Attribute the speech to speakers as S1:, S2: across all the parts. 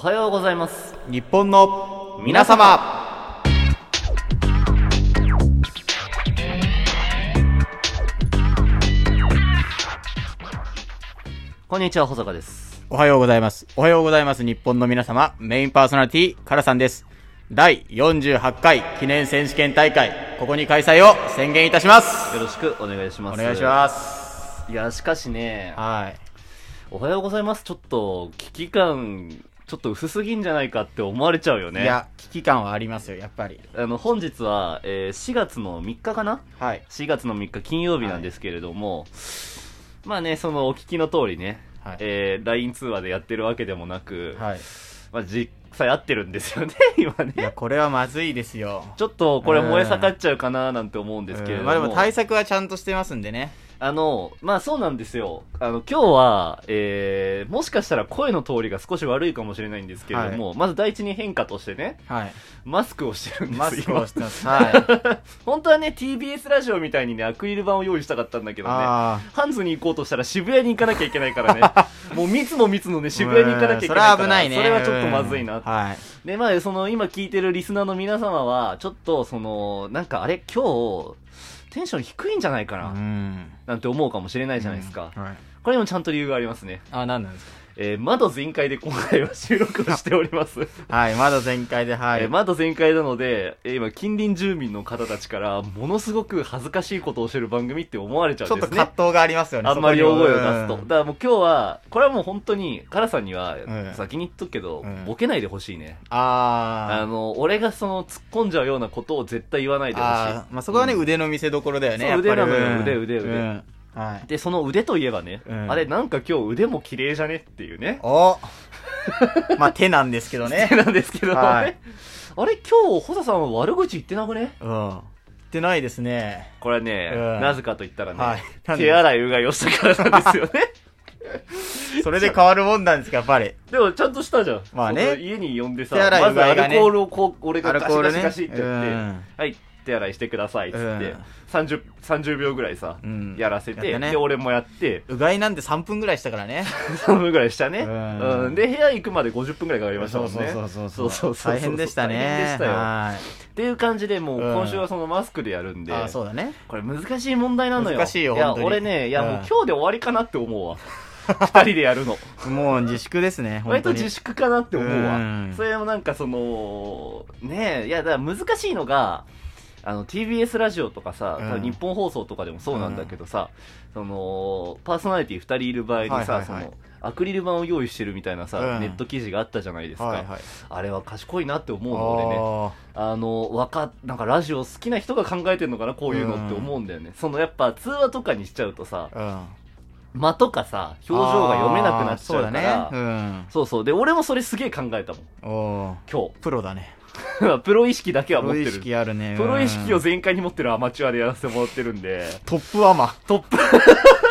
S1: はようございます
S2: 日本の皆様
S1: こんにちは保坂です
S2: おはようございます。おはようございます。日本の皆様。メインパーソナリティ、カラさんです。第48回記念選手権大会、ここに開催を宣言いたします。
S1: よろしくお願いしま
S2: お
S1: す
S2: 願いします。
S1: すいやしかしね
S2: はい。
S1: おはようございますちょっと危機感ちょっと薄すぎんじゃないかって思われちゃうよね
S2: いや、危機感はありますよ、やっぱり。
S1: あの本日は、えー4月の3日かな
S2: はい。
S1: 4月の3日金曜日なんですけれども、まあねそのお聞きの通りね、
S2: はい
S1: えー LINE 通話でやってるわけでもなく、
S2: はい。
S1: まあ、実際会ってるんですよね今
S2: いや、
S1: ね
S2: これはまずいですよ。
S1: ちょっとこれ燃え盛っちゃうかななんて思うんですけれど
S2: うん
S1: も、
S2: まあでも対策はちゃんとしてますんでね。
S1: あの、まあそうなんですよ。あの、今日は、えー、もしかしたら声の通りが少し悪いかもしれないんですけれども、まず第一に変化としてね、
S2: はい。
S1: マスクをしてるんですよ。
S2: マスクをしてます。はい。
S1: 本当はね、TBS ラジオみたいにね、アクリル板を用意したかったんだけどね。
S2: あ
S1: ハンズに行こうとしたら渋谷に行かなきゃいけない からね。もう密も密のね、渋谷に行かなきゃいけないから。
S2: うんそれは危ないね。
S1: それはちょっとまずいな
S2: うんはい。
S1: で、まあ、その、今聞いてるリスナーの皆様は、ちょっと、その、なんか、あれ、今日、テンション低いんじゃないかな、
S2: ん。
S1: なんて思うかもしれないじゃないですか。
S2: はい。
S1: これにもちゃんと理由がありますね。
S2: あ、なんなんです
S1: えー、窓全開で今回は収録をしております。
S2: か はい、まだ全開で、は
S1: えー
S2: い。
S1: 窓全開なので、えー今、近隣住民の方たちから、ものすごく恥ずかしいことをしてる番組って思われちゃ
S2: ち
S1: う
S2: ょ
S1: ん
S2: っ
S1: で
S2: と
S1: すね
S2: 葛。藤がありますよね。
S1: あんまり
S2: そ
S1: 大
S2: こに
S1: 声を出すと。
S2: う
S1: だ
S2: ん
S1: からもう今日は、これはもう本当に、カラさんには
S2: う、ん
S1: 先に言っとくけど、
S2: うん
S1: ボケないでほしいね。あ
S2: あー。
S1: の、俺がその、突っ込んじゃうようなことを絶対言わないでほし
S2: あーまあそこはね、
S1: うん
S2: 腕の見せ所だよね、
S1: そう腕なのよ
S2: やっぱり
S1: 腕腕腕
S2: うんはい
S1: い。。で、その腕といえばね、
S2: うん
S1: あれ、なんか今日腕も綺麗じゃねっていうね。
S2: お まあ手なんですけどね。
S1: なんですけど、
S2: はい
S1: あれ今日、ホサさんは悪口言ってなくね
S2: うん。言ってないですね。
S1: これはね、
S2: うん
S1: なぜかと言ったらね、
S2: はいなんで
S1: 手洗いうがいをしたからなん ですよね。
S2: それで変わるもんなんですか、やっぱり。
S1: でもちゃんとしたじゃん。
S2: まあね
S1: その家に呼んでさ、
S2: 手洗
S1: ま
S2: い
S1: ず
S2: うが
S1: ア
S2: いがね
S1: ルコールをこう、俺が
S2: アル
S1: ガ
S2: コ
S1: シ
S2: ー
S1: ガ
S2: ル
S1: シ
S2: ね
S1: ガシってやって、
S2: うん
S1: はい、手洗いしてくださいっつって、
S2: うん
S1: 30、30秒ぐらいさ、
S2: うん
S1: やらせ、
S2: やってたね
S1: で、俺もやって、
S2: うがいなんて3分ぐらいしたからね。
S1: 3分ぐらいしたね、
S2: うん
S1: うんで、部屋行くまで50分ぐらいかかりましたもんね。
S2: そう
S1: そうそうそう
S2: 大変でしたね。
S1: 大変でしたよ
S2: は
S1: っていう感じで、もう
S2: うん
S1: 今週はそのマスクでやるん
S2: い。
S1: で、
S2: あー、そうだね。
S1: これ難しい問題なのよ。
S2: 難しいよ
S1: いや、
S2: 本当に
S1: 俺ね、いや、
S2: うん
S1: もう今日で終わりかなって思う わ。二人でやるの。
S2: もう自粛ですね、本
S1: 割
S2: 当
S1: と
S2: に。
S1: 自粛かなって思うわ。
S2: うん
S1: それもなんかその、ねえ、いや、だから難しいのが、あの、TBS ラジオとかさ、
S2: うん
S1: 多分日本放送とかでもそうなんだけどさ、その、パーソナリティ二人いる場合にさ、
S2: はいはいはい
S1: その、アクリル板を用意してるみたいなさ、
S2: うん
S1: ネット記事があったじゃないですか。
S2: はいはい。
S1: あれは賢いなって思うの、俺ね。
S2: あ
S1: あの、わか、なんかラジオ好きな人が考えてんのかな、こういうのって思うんだよね。そのやっぱ通話とかにしちゃうとさ、
S2: ーうん。
S1: 間とかさ、表情が読めなくなっちゃうから。
S2: あーそうだね。
S1: そうそう。で、俺もそれすげえ考えたもん、
S2: うん。おー
S1: 今
S2: プロだね。
S1: 日。 プロ意識だけは
S2: プ
S1: 持っ
S2: ロ
S1: て
S2: 意
S1: る。
S2: 識あるね。うん
S1: プロ意識を全開に持ってるアマチュアでやらせてもらってるんで、
S2: トップアマ。
S1: トップ、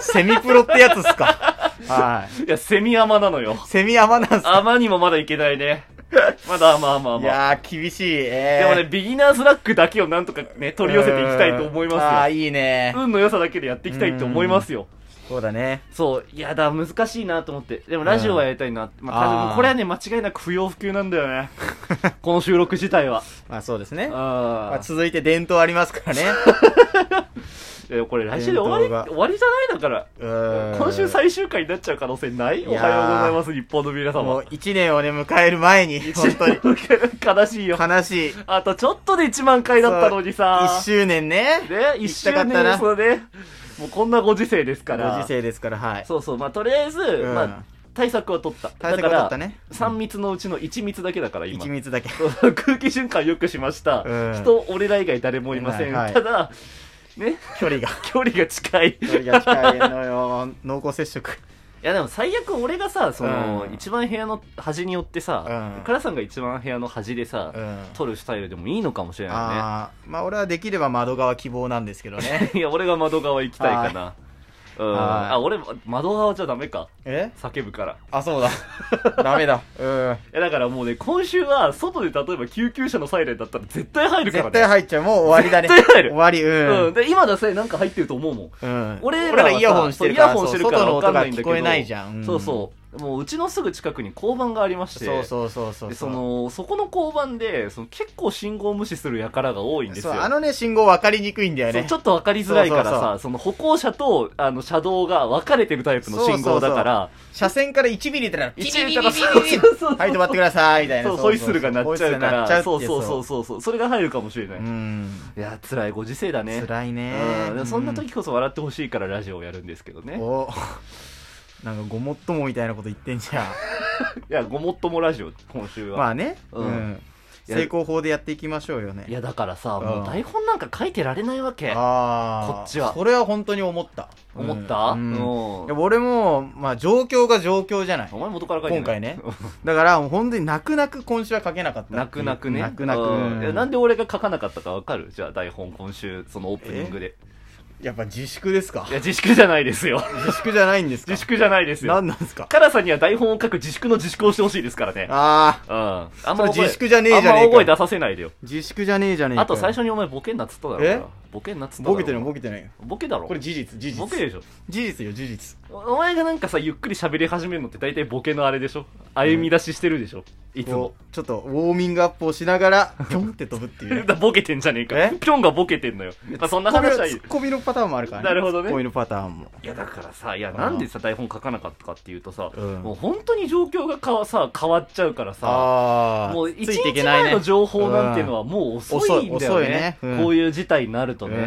S2: セミプロってやつっすか。 はい。
S1: いや、セミアマなのよ。
S2: セミアマなんすか。
S1: アマにもまだいけないね。 まだアマアマア
S2: い
S1: マ。
S2: やー、厳しい。
S1: で
S2: えー
S1: もね、、ビギナーズラックだけをなんとかね、取り寄せていきたいと思い
S2: うんあ
S1: ま
S2: あ、
S1: すよ。
S2: いいね。
S1: 運の良さだけでやっていきたいと思いますよ。
S2: そうだね。
S1: そう、いやだ、難しいなと思って。でもラジオはやりたいなって。まあ、
S2: あー
S1: 多分これはね、間違いなく不要不急なんだよ ね。この収録自体は。
S2: まあそうですね。ま
S1: あ
S2: あ
S1: ー
S2: 続いて伝統ありますからね。
S1: いやこれ来週で終
S2: 伝
S1: わ
S2: 統
S1: り、
S2: が
S1: 終わりじゃないだから。今
S2: 今
S1: 週最終回になっちゃう可能性ない
S2: や
S1: お
S2: ー
S1: はようございます、日本の皆
S2: も
S1: 様
S2: う。一年をね、迎える前に、本当に。
S1: 悲しいよ。
S2: 悲しい。
S1: あとちょっとで1万回だったのにさ
S2: 一。周年ね。
S1: ね、
S2: 行
S1: 一
S2: き
S1: 周
S2: たかっ
S1: 年
S2: たな
S1: ですので、もうこんなご時世です
S2: ご
S1: から。
S2: 時世ですから、はい。
S1: そうそう、まあとりあえず、
S2: ん
S1: まあ、対策は取った。
S2: 対策は取った
S1: だ
S2: ね
S1: から、3密のうちの1密だけだから、今
S2: 一。密だけ。
S1: 空気循環よくしました、
S2: うん
S1: 人俺ら以外誰もいません、
S2: はいはい
S1: ただね
S2: 距離が。
S1: 距離が近い
S2: 距離が近いのよ。 濃厚接触。
S1: いやでも最悪俺がさその、
S2: うん
S1: 一番部屋の端によってさ、
S2: うん
S1: カラさんが一番部屋の端でさ、
S2: うん。
S1: 撮るスタイルでもいいのかもしれな
S2: あーまあ俺はできれば窓側希望なんですけど
S1: いね い
S2: ね。
S1: や俺が窓側行きたいかなうん、
S2: はい
S1: あ俺窓側じゃダメか
S2: え
S1: 叫ぶから
S2: あ、そうだ。 ダメだ。うん。
S1: いやだからもうね今週は外で例えば救急車のサイレンだったら絶対入るから
S2: 絶
S1: ね
S2: 対入っちゃう。もう終わりだね。
S1: 絶対入る
S2: 終わり、うん。
S1: うん、で今だせなんか入ってると思うもん
S2: うん、
S1: 俺らは
S2: らイヤホンしてるから
S1: そうイヤホンしてるから
S2: そう外の
S1: わか
S2: 音
S1: んな
S2: が
S1: いんだけ
S2: 聞
S1: ど
S2: こえないじゃん、
S1: そうそう。もううちのすぐ近くに交番がありまして、
S2: そうそうそうそう
S1: でその、そこの交番で、その結構信号無視する輩が多いんです
S2: そう
S1: よ。
S2: あのね信号分かりにくいんだよ
S1: そう
S2: ね
S1: ちょっと分かりづらいからさ、
S2: そ
S1: そう
S2: そうそ
S1: の歩行者とあの車道が分かれてるタイプの信号だから、
S2: 車線から1ミリたらピ
S1: 一
S2: チピチピチ
S1: からそ
S2: ピ
S1: う
S2: チ
S1: そうそう
S2: はい止まってくださいみたいな
S1: そう、ホイッスルが鳴っちゃうか
S2: ホイッスルが鳴っちゃ
S1: ら、そう
S2: って
S1: そうそうそうそう、それが入るかもしれない。
S2: う
S1: い
S2: ん
S1: や、辛いご時世だね。
S2: 辛いね
S1: うんでもそんな時こそ笑ってほしいからラジオをやるんですけどね。
S2: おなんかごもっともみたいなこと言ってんじ ゃん
S1: いや、ごもっともラジオ、今週は。
S2: まあね
S1: うん
S2: うん
S1: いや
S2: 成功法でやっていきましょうよね
S1: いや、だからさ、
S2: うん
S1: もう台本なんか書いてられないわけ。
S2: ああ
S1: こっちは
S2: それは本当に思った
S1: 思った、
S2: うんうん
S1: うん
S2: いや俺もまあ状況が状況じゃない
S1: お前元から書いて
S2: 今
S1: ない
S2: 回ねだからもう本当に泣く泣く今週は書けなかっ た
S1: 泣く泣くね。
S2: 泣く泣く
S1: うんいやなん
S2: で
S1: で俺が書かなかったかわかるじゃあ台本今週、そのオープニングで。
S2: やっぱ自粛ですか
S1: いや、自粛じゃないです よ。
S2: 自粛じゃないんですか
S1: 自粛じゃないですよ
S2: 何。なんですか
S1: カラさんには台本を書く自粛の自粛をしてほしいですからね。
S2: ああ
S1: うん。あん
S2: それ
S1: 大声
S2: 自粛じゃねえじゃねえか
S1: あんま大声出させないでよ。
S2: 自粛じゃねえじゃねえか
S1: あと最初にお前ボケんなっつっただろう
S2: え
S1: な。ボケんなっつっただろ
S2: ボケてるのボ
S1: ケ。
S2: ケてないよ
S1: ボケだろ。
S2: これ事実事実
S1: ボケでしょ。
S2: 事実よ事実
S1: お前がなんかさ、ゆっくり喋り始めるのって大体ボケのあれでしょ歩み出ししてるでしょいつも
S2: こ。うちょっとウォーミングアップをしな がらピョンって飛ぶっていうね
S1: ボケてんじゃねえか
S2: え。
S1: ピョンがボケてんのよ。まあそんな話はいい
S2: ツ。ッコミのツッコミのパターンもあるからね
S1: なるほどね
S2: ツッコミのパターンも
S1: いやだからさ、いやなんでさ、台本書かなかったかっていうとさ、
S2: うん
S1: もう本当に状況がかわさ変わっちゃうからさ、
S2: ああ
S1: もう一
S2: ついていけ
S1: 日
S2: ない
S1: 前
S2: ね
S1: の情報なんていうのはもう遅いんだよ
S2: 遅い遅いね
S1: ね。
S2: うん
S1: こういう事態になるとね。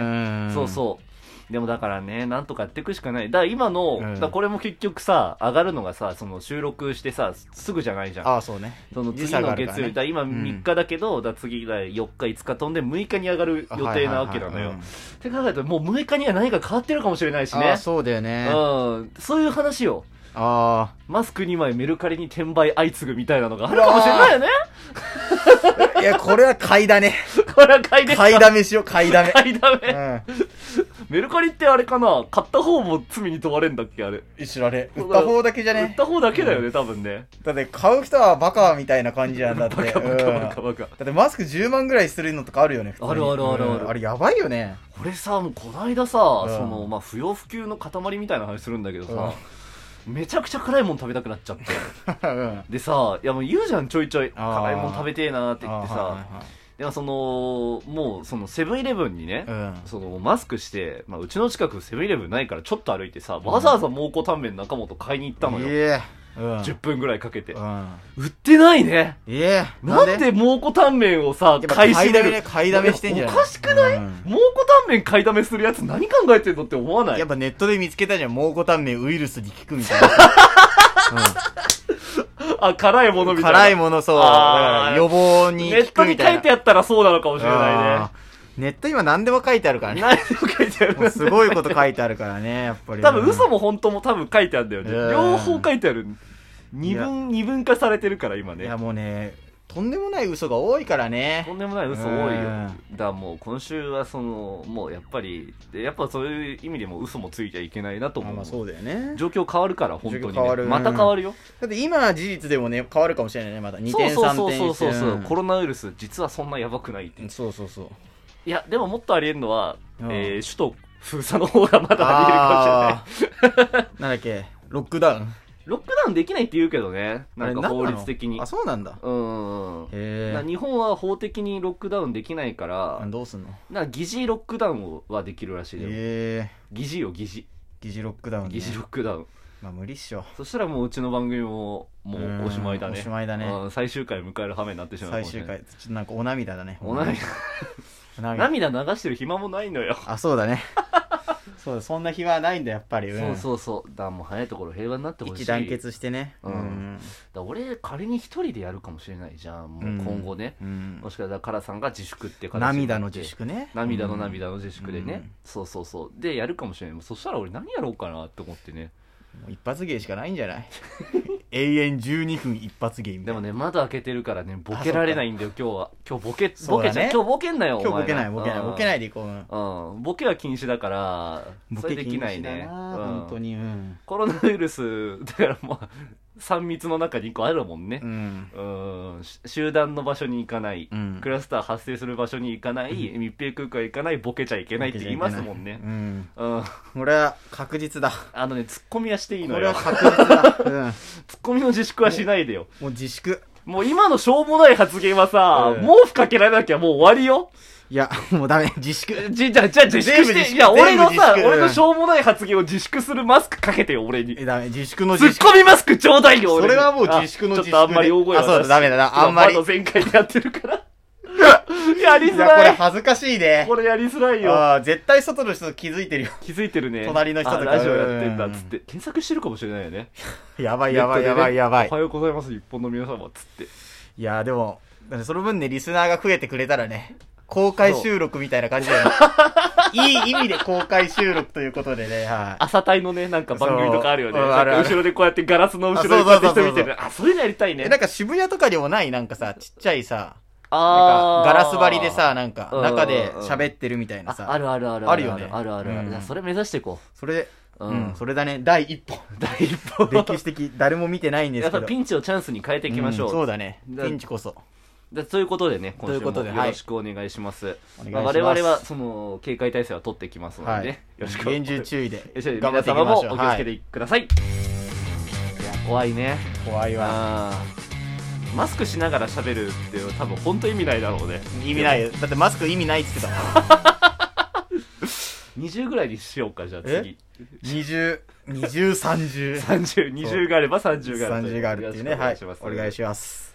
S2: ね
S1: そうそう。でもだからね、なんとかやっていくしかない。だから今の、
S2: うん
S1: だからこれも結局さ、上がるのがさ、その収録してさ、すぐじゃないじゃん。
S2: ああそうね
S1: その次
S2: 時差が
S1: の
S2: あるか
S1: 月
S2: ら
S1: 曜日、だ
S2: ね
S1: から今
S2: うん
S1: 3日だけど、だから次が4日、5日飛んで6日に上がる予定なわけなのよ。
S2: はいはいはいうん
S1: って考えると、もう6日には何か変わってるかもしれないし
S2: あ
S1: ね
S2: あ。そうだよね
S1: うん、そういう話よ。
S2: あ
S1: マスク2枚メルカリに転売相次ぐみたいなのがあるかもしれないよ ね。
S2: あいやこれは買いだ ね
S1: これは買いですか
S2: 買いだめしよう買いだめ
S1: 買いだめ。
S2: う
S1: メルカリってあれかな買った方も罪に問われんだっけあれ。
S2: ん一緒だね売った方だけじゃ
S1: 売っ
S2: ね
S1: た方だけだよね、多分ね。
S2: だって買う人はバカみたいな感じなんだって
S1: バカバカ
S2: うん
S1: バカバカ。
S2: だってマスク10万ぐらいするのとかあるよね普通に
S1: あるあるあるある
S2: うんあれやばいよね
S1: 俺さ、もうこないださ、
S2: ん
S1: その、まあ、不要不急の塊みたいな話するんだけどさ、めちゃくちゃ辛いもん食べたくなっち ゃって。
S2: うん
S1: でさ、いやもう言うじゃん、ちょいちょい。
S2: あー
S1: 辛いもん食べてえなーって言って
S2: あはい
S1: さ。でもその、もうそのセブンイレブンにね、
S2: はいはいうん
S1: そのマスクして、まあ、うちの近くセブンイレブンないからちょっと歩いてさ、わざわざ蒙古タンメン中本買いに行ったの
S2: い
S1: よ。
S2: えうん
S1: 10分ぐらいかけて。
S2: うん
S1: 売ってないね。
S2: いえ
S1: なんで蒙古タンメンをさ、
S2: やっぱ
S1: 買い占め
S2: 買いだめ
S1: る
S2: ね買いだめしてんじゃない
S1: おかしくない、
S2: うん
S1: 蒙古タンメン買いだめするやつ何考えてんのって思わない
S2: やっぱネットで見つけたじゃん蒙古タンメンウイルスに効くみた いな
S1: あ、辛いものみたいな。
S2: 辛いものそうだ
S1: あー
S2: から予防に
S1: ネッ
S2: 効
S1: ト
S2: くみ
S1: に
S2: たいな
S1: 書いてあったらそうなのかもしれないね
S2: あ。ーネット今何でも書いてあるからね
S1: 何を書いてあ
S2: もう
S1: る
S2: すごいこと書いてあるからねやっぱり
S1: 多分嘘も本当も多分書いてあるんだよね。
S2: うん
S1: 両方書いてある。二分、二分化されてるから今
S2: い
S1: ね。
S2: やもうねとんでもない嘘が多いから
S1: と
S2: ね
S1: んでもない嘘多いよ。
S2: う
S1: だ
S2: ん
S1: からもう今週はその、もうやっぱり、でやっぱそういう意味でも嘘もついちゃいけないなと
S2: まあ
S1: 思
S2: まあ
S1: う。
S2: そうだよね
S1: 状況変わるから、本
S2: 状
S1: 当
S2: 況
S1: に、
S2: 変わる
S1: ね。また変わるよ。
S2: だって今は事実でもね変わるかもしれないねまだ2
S1: そう
S2: 点
S1: そう
S2: 3
S1: そう
S2: 点
S1: そうそうそう。
S2: ん
S1: コロナウイルス、実はそんなやばくないって。
S2: そうそうそう
S1: いや、でももっとありえるのは、
S2: うん
S1: えー、首都封鎖の方がまだありえるかもしれない。
S2: あーなんだっけロックダウン
S1: ロックダウンできないって言うけどね。なん
S2: あれ
S1: か法
S2: なの
S1: 律的に。
S2: あそうなんだ
S1: うんうんうん。
S2: へ
S1: な
S2: え
S1: 日本は法的にロックダウンできないから、
S2: どうすんの
S1: な疑似ロックダウンをはできるらしいでも、
S2: へえ
S1: 疑似よ、疑似。
S2: 議事ロックダウンね
S1: 疑似ロックダウン。
S2: まあ無理っしょ
S1: そしたらもううちの番組も、も
S2: うん
S1: うおしまいだね。
S2: おしまいだね
S1: うん最終回迎える羽目になってしまうかも
S2: 最
S1: しれ
S2: 終
S1: ない。
S2: 回ちょっとなんかお涙だね
S1: お涙、
S2: お涙
S1: 涙流してる暇もないのよ。
S2: あそうだね そうだそんな日はないんだやっぱり
S1: そう
S2: う
S1: そうそう。だからもう早いところ平和になって
S2: ん
S1: ほしい。
S2: 一致団結してね
S1: うんだ俺、仮に一人でやるかもしれないじゃん。もう今後ね。
S2: うん
S1: もしかしたら、カラさんが自粛って形になって
S2: 涙の自粛ね
S1: 涙の
S2: うん
S1: 涙の自粛でね、
S2: うん
S1: そうそうそうでやるかもしれないもうそしたら俺何やろうかなって思ってね
S2: もう一発芸しかないんじ ゃない永遠12分一発芸み
S1: で
S2: たいな
S1: もね窓開けてるからねボケられないんだよ今日は今日ボケ
S2: そ
S1: ボ
S2: うだね
S1: ケちゃう、今日ボケんなよ
S2: 今日ボケない
S1: お
S2: ボ
S1: 前
S2: ケないボケないいでいこううん
S1: うん、ボケは禁止だから
S2: ボ
S1: それ
S2: ケ
S1: で
S2: 禁
S1: きない
S2: 止だ
S1: ね、
S2: な
S1: うん
S2: 本当にうん
S1: コロナウイルスだからまあ3密 の中に1個あるもんね
S2: うん
S1: うんし集団の場所に行かない、
S2: うん
S1: クラスター発生する場所に行かない、密閉空間行かないボケちゃいけないって言いますもんね
S2: うん
S1: うん
S2: これは確実だ
S1: あのね、ツッコミはしていい
S2: こ
S1: の
S2: れは
S1: よ。
S2: 確実だ
S1: ツッッコミの自粛はしないでよ。
S2: もう自粛。
S1: もう今のしょうもない発言はさ、
S2: うん
S1: 毛布かけられなきゃもう終わりよ。
S2: いや、もうダメ。自粛。
S1: じ、じゃあ、じゃあ自粛
S2: 全部
S1: し
S2: 自
S1: て、
S2: 粛
S1: いや、俺のさ、
S2: 全部自粛
S1: 俺のしょうもない発言を自粛するマスクかけてよ、俺に。
S2: え、ダメ。自粛の
S1: ツッ
S2: 自粛。
S1: コミマスクちょうだいよ、
S2: そ
S1: 俺に
S2: れはもう自粛の
S1: あ
S2: 自粛で
S1: ちょっとあんまり大声は出して
S2: あそうだダメだなあんまり
S1: ちょっと窓全開でやってる から。やり
S2: い
S1: づ
S2: や、こ
S1: ら
S2: れ
S1: い。
S2: 恥ずかしいね。
S1: これやりづらいよ。
S2: ああ、絶対外の人気づいて るよ。
S1: 気づいてるね。
S2: 隣の人とか
S1: あラジオやってんだ、
S2: うん
S1: つって。検索してるかもしれないよね。
S2: やばいやばいやばいやば
S1: ネッ
S2: い
S1: トでねお。はようございます、日本の皆様、つって。
S2: いや、でも、だってその分ね、リスナーが増えてくれたらね、公開収録みたいな感じ だよね。いい意味で公開収録ということでね、はい。
S1: 朝帯のね、なんか番組とかあるよね。
S2: そううん
S1: な
S2: あ
S1: ん
S2: るあ
S1: か
S2: る
S1: 後ろでこうやってガラスの後ろ
S2: あ
S1: でこうやって
S2: そうそうそう
S1: 人
S2: そ
S1: 見て
S2: う
S1: る。あ、それやりたいね
S2: え、。なんか渋谷とかでもない、なんかさ、ちっちゃいさ、なん
S1: あ
S2: か
S1: ー
S2: ガラス張りでさ、なんか
S1: うん
S2: 中で喋ってるみたいな
S1: あ
S2: さ。
S1: あるあるある
S2: あるよね
S1: あるあるあ
S2: うん
S1: る。じゃあそれ目指していこ
S2: それ、
S1: う。
S2: うん、それだね、第一 歩。
S1: 第一歩。
S2: 歴史的、誰も見てないんで
S1: や
S2: す
S1: っ
S2: け
S1: ぱ
S2: ど。
S1: ピンチをチャンスに変えていきましょう。
S2: んそうだね。
S1: だ
S2: ピンチこそ。
S1: でということでね、今
S2: とい
S1: 週
S2: う
S1: も
S2: こと
S1: よ
S2: で
S1: ろしくお願いします。
S2: お願いし
S1: まあ
S2: ます
S1: 我々は、その、警戒体制は取ってきますのでね。
S2: はい
S1: よろしく。
S2: 厳重注意 で
S1: よろしく。
S2: 頑
S1: 皆
S2: 張っていき
S1: 様
S2: ま
S1: も
S2: しょう。
S1: お気をつけ
S2: はい
S1: てください。いや怖いね。
S2: 怖いわ。
S1: あーマスクしながら喋るっていうのは多分本当意味ないだろうね。
S2: 意味ないよ。だってマスク意味ないっつ ってたもん。
S1: 20ぐらいにしようか、じゃあ次。
S2: 20、20、30。
S1: 30、20があれば30があるという。
S2: 30があるっていうね。
S1: よ
S2: は
S1: ろ
S2: い
S1: しくお願いします。。
S2: お願いします。